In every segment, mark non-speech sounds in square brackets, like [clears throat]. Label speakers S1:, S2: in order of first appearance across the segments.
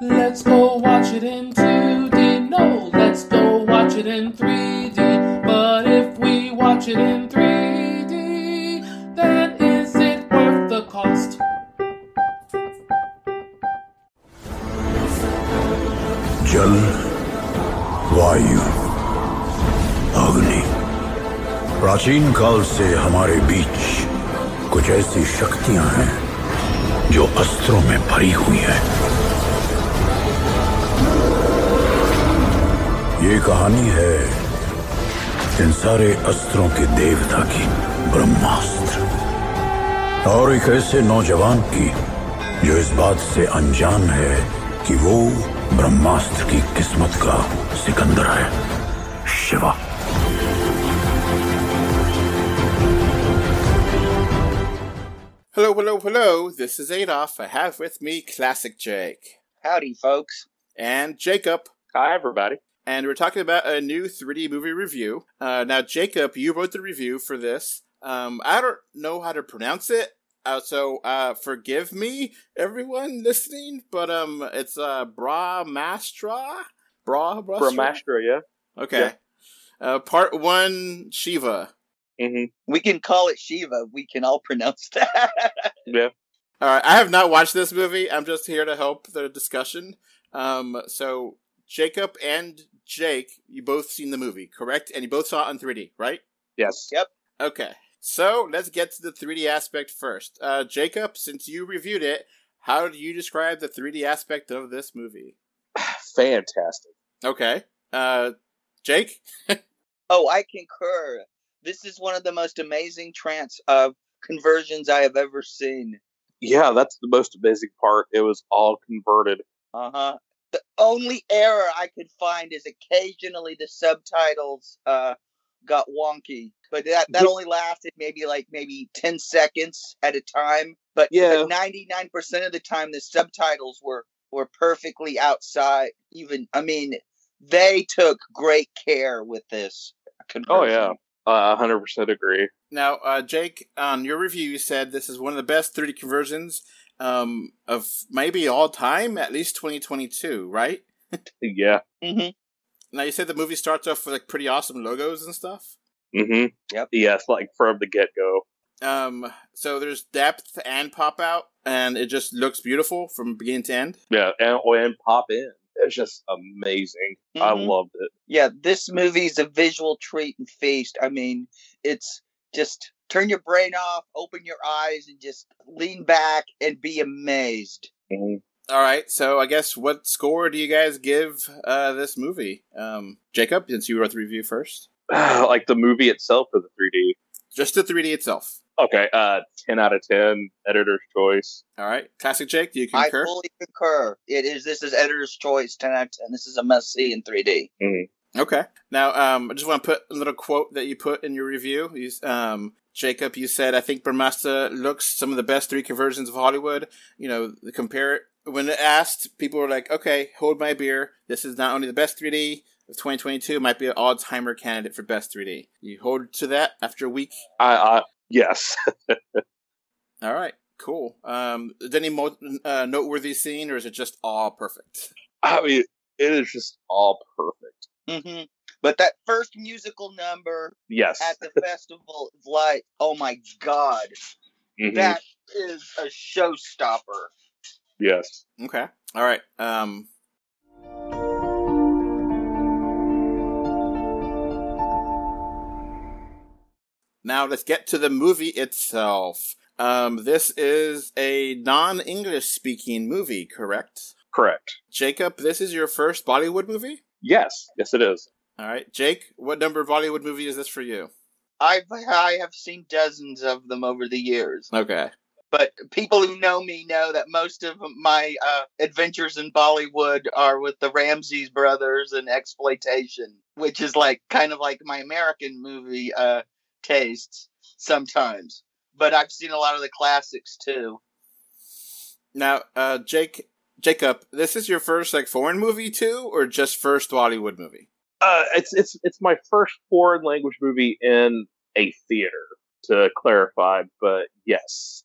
S1: Let's go watch it in 2D. No, let's go watch it in 3D. But if we watch it in 3D, then is it worth the cost?
S2: जल वायु अग्नि प्राचीन काल से हमारे बीच कुछ ऐसी शक्तियां हैं जो अस्त्रों में भरी हुई हैं। ये कहानी है इन सारे अस्त्रों के देवता की ब्रह्मास्त्र और एक ऐसे नौजवान की जो इस बात से अनजान है कि वो ब्रह्मास्त्र की किस्मत का सिकंदर है Shiva
S3: Hello, hello, hello. This is Adolf. I have with me Classic Jake
S4: Howdy, folks.
S3: and Jacob,
S5: Hi, everybody.
S3: and we're talking about a new 3D movie review. Uh, now, Jacob, you wrote the review for this. Um, I don't know how to pronounce it, uh, so uh, forgive me, everyone listening. But um, it's uh, Brahmastra, Bra Brahmastra.
S5: Brahmastra, yeah?
S3: Okay.
S5: Yeah.
S3: Uh, part one, Shiva.
S5: Mm-hmm.
S4: We can call it Shiva. We can all pronounce [laughs] that.
S5: Yeah.
S3: All right, I have not watched this movie. I'm just here to help the discussion. Um, so Jacob and Jake, you both seen the movie, correct? And you both saw it in 3D, right?
S5: Yes.
S3: Okay. So let's get to the 3D aspect first. Uh, Jacob, since you reviewed it, how do you describe the 3D aspect of this movie?
S5: [sighs] Fantastic.
S3: Okay. Uh, Jake.
S4: oh, I concur. This is one of the most amazing trans uh, conversions I have ever seen.
S5: Yeah, that's the most amazing part. It was all converted.
S4: Uh huh. The only error I could find is occasionally the subtitles uh, got wonky, but that, that only lasted maybe like maybe ten seconds at a time. But
S5: Yeah.
S4: ninety nine percent of the time, the subtitles were were perfectly outside. Even I mean, they took great care with this.
S5: Oh,
S4: conversion.
S5: yeah. Uh, 100% agree.
S3: Now, uh, Jake, on your review, you said this is one of the best 3D conversions um, of maybe all time, at least 2022, right?
S5: Yeah.
S4: Mhm.
S3: Now you said the movie starts off with like pretty awesome logos and stuff.
S5: Mm-hmm.
S4: Yep.
S5: Yes, like from the get-go.
S3: Um, so there's depth and pop out, and it just looks beautiful from beginning to end.
S5: Yeah, and, oh, and pop in. It's just amazing. I
S4: Mhm.
S5: loved it.
S4: Yeah, this movie's a visual treat and feast. I mean, it's just turn your brain off, open your eyes, and just lean back and be amazed.
S5: Mhm.
S3: All right, so I guess what score do you guys give uh, this movie, um, Jacob? Since you wrote the review first,
S5: Mm-hmm. [sighs] like the movie itself for the 3D.
S3: just the 3D itself.
S5: Okay, uh, 10 out of 10, editor's choice.
S3: All right, classic Jake, do you concur?
S4: I fully concur. It is this is editor's choice ten out of ten. This is a must see in three D.
S3: Okay. Now, um, I just want to put a little quote that you put in your review. You, s- um, Jacob, you said, I think Brahmastra looks some of the best three conversions of Hollywood. You know, compare it. When asked, people were like, okay, hold my beer. This is not only the best 3D of 2022, it might be an all timer candidate for best 3D. You hold to that after a week.
S5: I, I Yes. [laughs]
S3: All right, cool. Um, is there any mo- uh, noteworthy scene, or is it just all perfect?
S5: I mean, it is just all perfect.
S4: Mm-hmm. But that first musical number
S5: Yes.
S4: at the festival is like, oh my god,
S5: Mhm.
S4: that is a showstopper.
S5: Yes.
S3: Okay. All right. Um, now let's get to the movie itself. Um, this is a non-English speaking movie, correct?
S5: Correct.
S3: Jacob, this is your first Bollywood movie.
S5: Yes. Yes, it is.
S3: All right, Jake, what number Bollywood movie is this for you?
S4: I've I have seen dozens of them over the years.
S3: Okay.
S4: but people who know me know that most of my uh, adventures in Bollywood are with the Ramses brothers and exploitation, which is like kind of like my American movie uh, tastes sometimes. But I've seen a lot of the classics too.
S3: Now, uh, Jake, Jacob, this is your first like foreign movie too, or just first Bollywood movie?
S5: Uh, it's it's it's my first foreign language movie in a theater to clarify, but yes.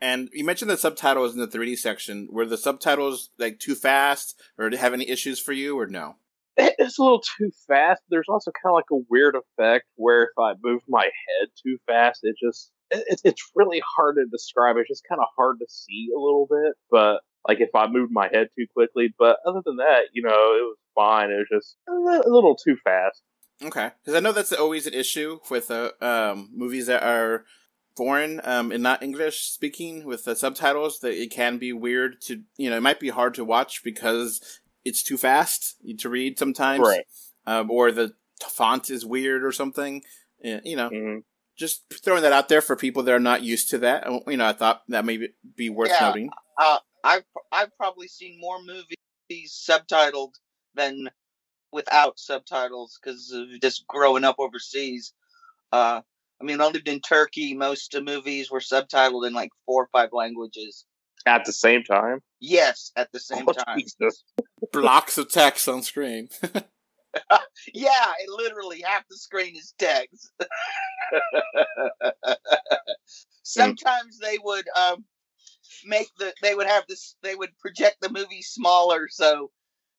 S3: And you mentioned the subtitles in the 3D section. Were the subtitles like too fast, or did it have any issues for you, or no?
S5: It's a little too fast. There's also kind of like a weird effect where if I move my head too fast, it just it, it's- it's really hard to describe. It's just kind of hard to see a little bit, but like if I moved my head too quickly. But other than that, you know, it was fine. It was just a li- a little too fast.
S3: Okay, because I know that's always an issue with uh, um, movies that are foreign um, and not English speaking with the subtitles. That it can be weird to you know it might be hard to watch because it's too fast to read sometimes,
S5: Right.
S3: um, or the t- font is weird or something. Yeah, you know,
S5: Mhm.
S3: just throwing that out there for people that are not used to that. I- You know, I thought that may be- be worth
S4: Yeah.
S3: noting.
S4: I've I've probably seen more movies subtitled than without subtitles because of just growing up overseas. Uh, I mean, I lived in Turkey. Most of movies were subtitled in like four or five languages.
S5: At the same time.
S4: Yes, at the same
S5: Oh,
S4: time.
S5: Jesus.
S3: Blocks of text on screen. [laughs]
S4: Yeah, it literally half the screen is
S5: [laughs]
S4: text.
S5: Hmm.
S4: Sometimes they would um, make the they would have this they would project the movie smaller so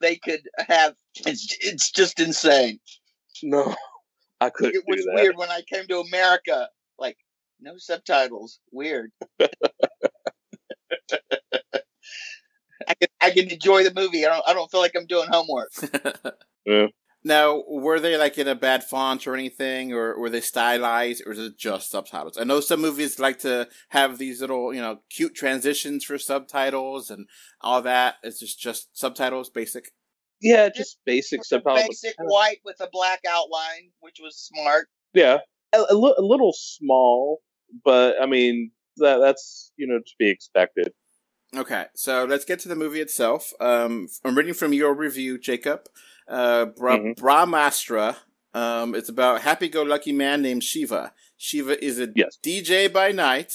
S4: they could have it's it's just insane.
S5: No, I couldn't
S4: It was
S5: do that.
S4: weird when I came to America. Like no subtitles.
S5: [laughs]
S4: Weird. I can I can enjoy the movie. I don't I don't feel like I'm doing homework.
S5: Yeah.
S3: Now, were they like in a bad font or anything, or were they stylized, or is it just subtitles? I know some movies like to have these little, you know, cute transitions for subtitles and all that. It's just just subtitles, basic.
S5: Yeah, just basic subtitles. but
S4: Basic
S5: kinda-
S4: white with a black outline, which was smart.
S5: Yeah, a, a, li- a little small, but I mean that that's you know to be expected.
S3: Okay, so let's get to the movie itself. Um, I'm reading from your review, Jacob. Uh, Bra-
S5: Mhm.
S3: Brahmastra. Um, it's about happy-go-lucky man named Shiva. Shiva is a
S5: Yes. [laughs]
S3: DJ by night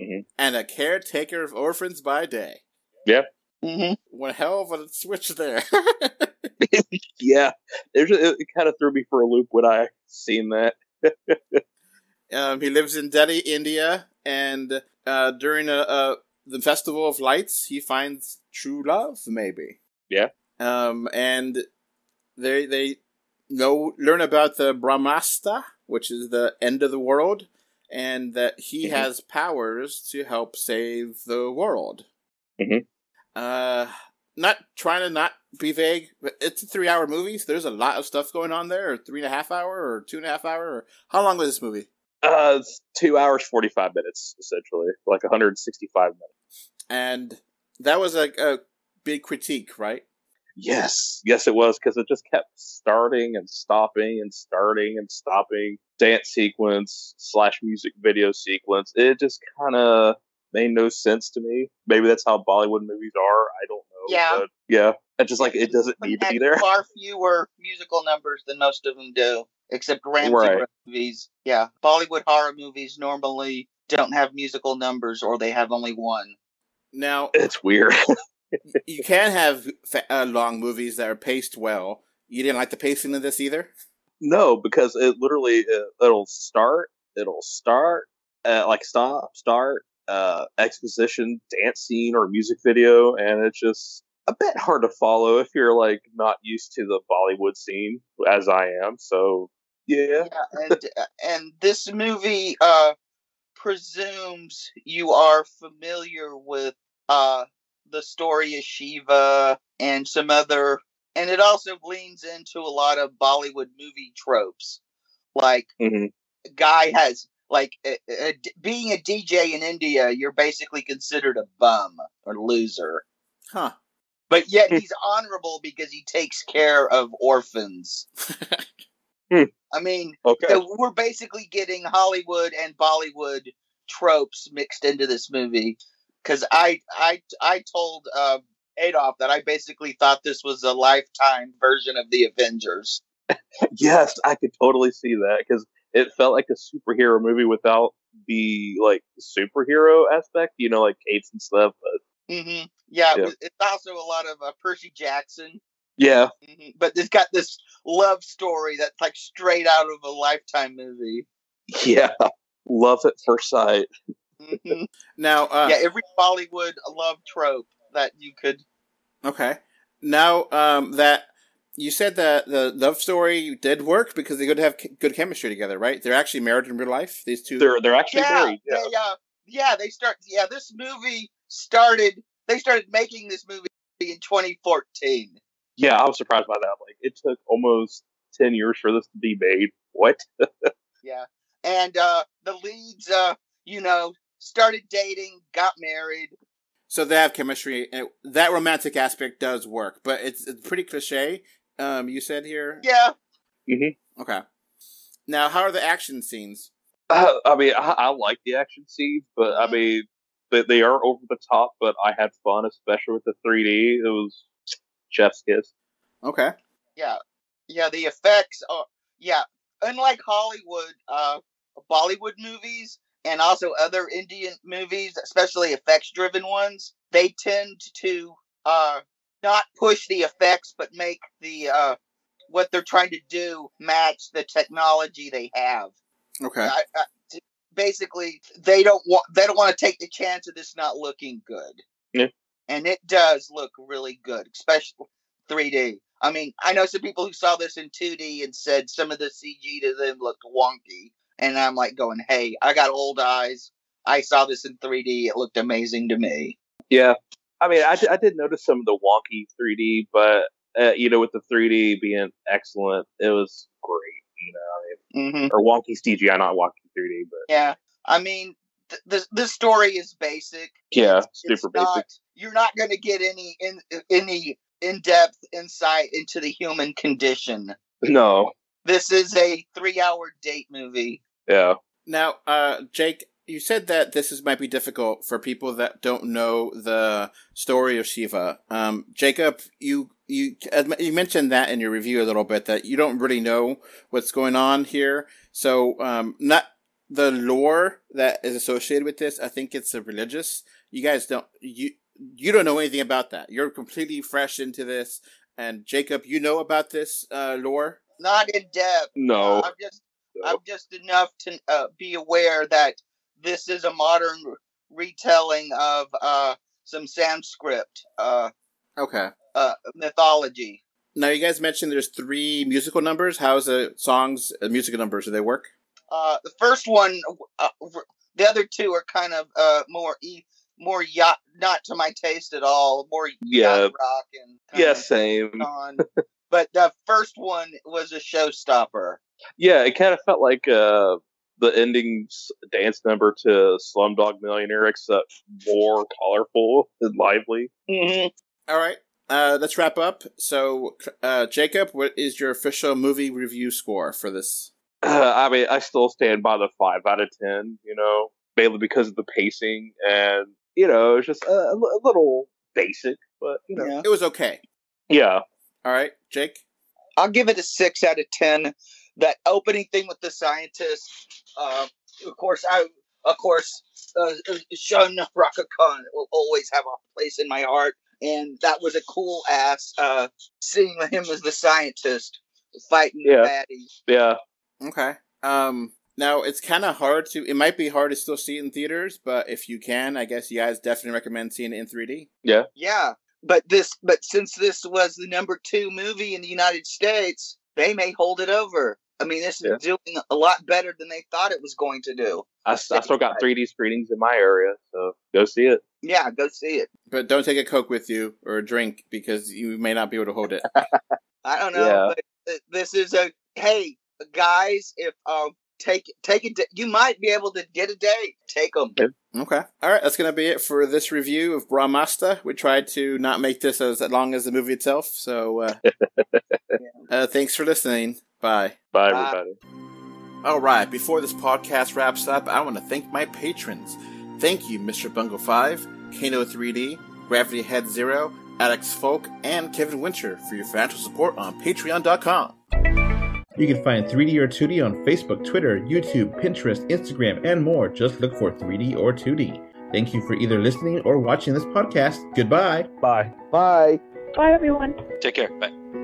S5: Mhm.
S3: and a caretaker of orphans by day.
S4: Mm-hmm.
S3: One hell of a switch there. [laughs]
S5: Yeah, there's a, it, kind of threw me for a loop when I seen that.
S3: um, he lives in Delhi, India, and uh, during a, a the festival of lights, he finds true love, maybe.
S5: Yeah.
S3: Um, and they they know learn about the Brahmasta, which is the end of the world, and that he
S5: Mhm.
S3: has powers to help save the world.
S5: Mhm.
S3: Uh, not trying to not be vague, but it's a three-hour movie, so there's a lot of stuff going on there, or three and a half hour, or two and a half hour, or how long was this movie?
S5: Uh, it's two hours forty five minutes essentially, like 165 minutes.
S3: and that was like a big critique, right?
S5: Yes, yes, it was because it just kept starting and stopping and starting and stopping. Dance sequence slash music video sequence. It just kind of made no sense to me. Maybe that's how Bollywood movies are. I don't know.
S4: Yeah.
S5: but yeah. It just like it doesn't need to
S4: [laughs]
S5: be there.
S4: Far fewer musical numbers than most of them do, except Ramsey
S5: Right.
S4: movies. Yeah, Bollywood horror movies normally don't have musical numbers, or they have only one.
S3: Now
S5: It's weird.
S3: you can have fa- uh, long movies that are paced well. You didn't like the pacing of this either.
S5: no, because it literally it, it'll start. It'll start uh, like stop start uh exposition dance scene or music video and it's just a bit hard to follow if you're like not used to the Bollywood scene as I am. So yeah,
S4: Yeah, and uh, and this movie uh, presumes you are familiar with uh, the story of Shiva and some other, and it also leans into a lot of Bollywood movie tropes, like
S5: hmm
S4: guy has like a, a- d- being a DJ in India, you're basically considered a bum or loser.
S3: Huh. [laughs]
S4: But yet he's honorable because he takes care of orphans.
S5: Hmm.
S4: I mean,
S5: okay,
S4: so we're basically getting Hollywood and Bollywood tropes mixed into this movie. Because I, I, I told uh, Adolf that I basically thought this was a lifetime version of the Avengers.
S5: [laughs] yes, I could totally see that because it felt like a superhero movie without the like superhero aspect, you know, like capes and stuff. But
S4: hmm Yeah, it
S5: Yeah.
S4: was- it's also a lot of uh, Percy Jackson.
S5: yeah, [laughs]
S4: Mhm. But it's got this love story that's like straight out of a lifetime movie.
S5: yeah, love at first sight.
S4: Mhm.
S3: Now, uh,
S4: yeah, every Bollywood love trope that you could.
S3: Okay. Now um, that you said that the love story did work because they could have ch- good chemistry together, right? They're actually married in real life. These 2
S5: They're they're actually
S4: Yeah,
S5: married. Yeah.
S4: They, uh, yeah, they start. Yeah, this movie started. They started making this movie in 2014.
S5: yeah, I was surprised by that. Like it took almost ten years for this to be made. What?
S4: Yeah, and uh, the leads, uh, you know, started dating, got married.
S3: so they have chemistry, and it- that romantic aspect does work, but it's, it's pretty cliche. Um, you said here.
S4: Yeah,
S5: Mm-hmm.
S3: Okay. Now, how are the action scenes?
S5: Uh, I mean, I, I like the action scenes, but I
S4: Mhm.
S5: mean, they, they are over the top. But I had fun, especially with the 3D. It was chef's kiss.
S3: Okay.
S4: yeah, yeah. The effects are yeah. Unlike Hollywood, uh, Bollywood movies, and also other Indian movies, especially effects-driven ones, they tend to uh, not push the effects, but make the uh, what they're trying to do match the technology they have.
S3: Okay.
S4: I, I, t- basically, they don't want they don't want to take the chance of this not looking good.
S5: Yeah.
S4: And it does look really good, especially 3D. I mean, I know some people who saw this in 2D and said some of the CG to them looked wonky, and I'm like going, "Hey, I got old eyes. I saw this in 3D. It looked amazing to me."
S5: Yeah, I mean, I, di- I did notice some of the wonky 3D, but uh, you know, with the 3D being excellent, it was great. You know,
S4: hmm
S5: I mean, or wonky CGI, not wonky 3D, but
S4: Yeah, I mean, th- this this story is basic.
S5: yeah,
S4: It's
S5: super
S4: not-
S5: basic.
S4: You're not going to get any in uh, any in depth insight into the human condition.
S5: No,
S4: This is a three hour date movie.
S5: yeah,
S3: Now, uh, Jake, you said that this is might be difficult for people that don't know the story of Shiva. Um, Jacob, you you as m- you mentioned that in your review a little bit that you don't really know what's going on here. So, um, not the lore that is associated with this. I think it's a religious. You guys don't you you don't know anything about that. You're completely fresh into this. And Jacob, you know about this uh, lore.
S4: Not in depth.
S5: no.
S4: I'm just
S5: No.
S4: I'm just enough to uh, be aware that this is a modern retelling of uh, some Sanskrit uh,
S3: Okay.
S4: uh, mythology.
S3: Now you guys mentioned there's three musical numbers. How's the songs uh, musical numbers? Do they work?
S4: Uh, the first one, uh, r- the other two are kind of uh, more e- more yacht, not to my taste at all. More yacht
S5: Yeah.
S4: rock and kind
S5: yeah,
S4: of
S5: same.
S4: on. but the first one was a showstopper.
S5: Yeah, it kind of felt like uh, the ending's dance number to Slumdog Millionaire, except more colorful and lively. [clears throat]
S4: Mm-hmm.
S3: All right. Uh, let's wrap up. So, uh, Jacob, what is your official movie review score for this?
S5: Uh, I mean, I still stand by the five out of ten. You know, mainly because of the pacing and you know, it's just a, a li- a little basic, but you know,
S4: Yeah.
S3: It was okay.
S5: yeah,
S3: All right, Jake.
S4: I'll give it a six out of ten. That opening thing with the scientist, uh, of course, I of course, uh, Shun Raka Khan will always have a place in my heart, and that was a cool ass uh, seeing him as the scientist fighting the
S5: Yeah.
S4: baddie.
S5: yeah,
S3: Okay. Um. Now it's kind of hard to. It might be hard to still see it in theaters, but if you can, I guess you guys definitely recommend seeing it in 3D.
S4: Yeah, but this, but since this was the number two movie in the United States, they may hold it over. I mean, this is
S5: Yeah.
S4: doing a lot better than they thought it was going to do.
S5: I, s- I still got 3D screenings in my area, so go see it.
S4: Yeah, go see it.
S3: But don't take a Coke with you or a drink because you may not be able to hold it.
S4: I don't know,
S5: Yeah.
S4: but th- this is a hey guys, if um take take a da- you might be able to get a date. Take them.
S3: Okay. All right. That's going to be it for this review of Brahmasta. We tried to not make this as long as the movie itself. So uh, uh, thanks for listening. Bye.
S4: Bye.
S5: Bye, everybody.
S3: All right, before this podcast wraps up, I want to thank my patrons. Thank you, Mr. Bungle 5, Kano3D, Gravity Head Zero, Alex Folk, and Kevin Winter for your financial support on patreon.com.
S6: You can find 3D or 2D on Facebook, Twitter, YouTube, Pinterest, Instagram, and more. Just look for 3D or 2D. Thank you for either listening or watching this podcast. Goodbye.
S7: Bye.
S8: Bye, everyone.
S9: Take care. Bye.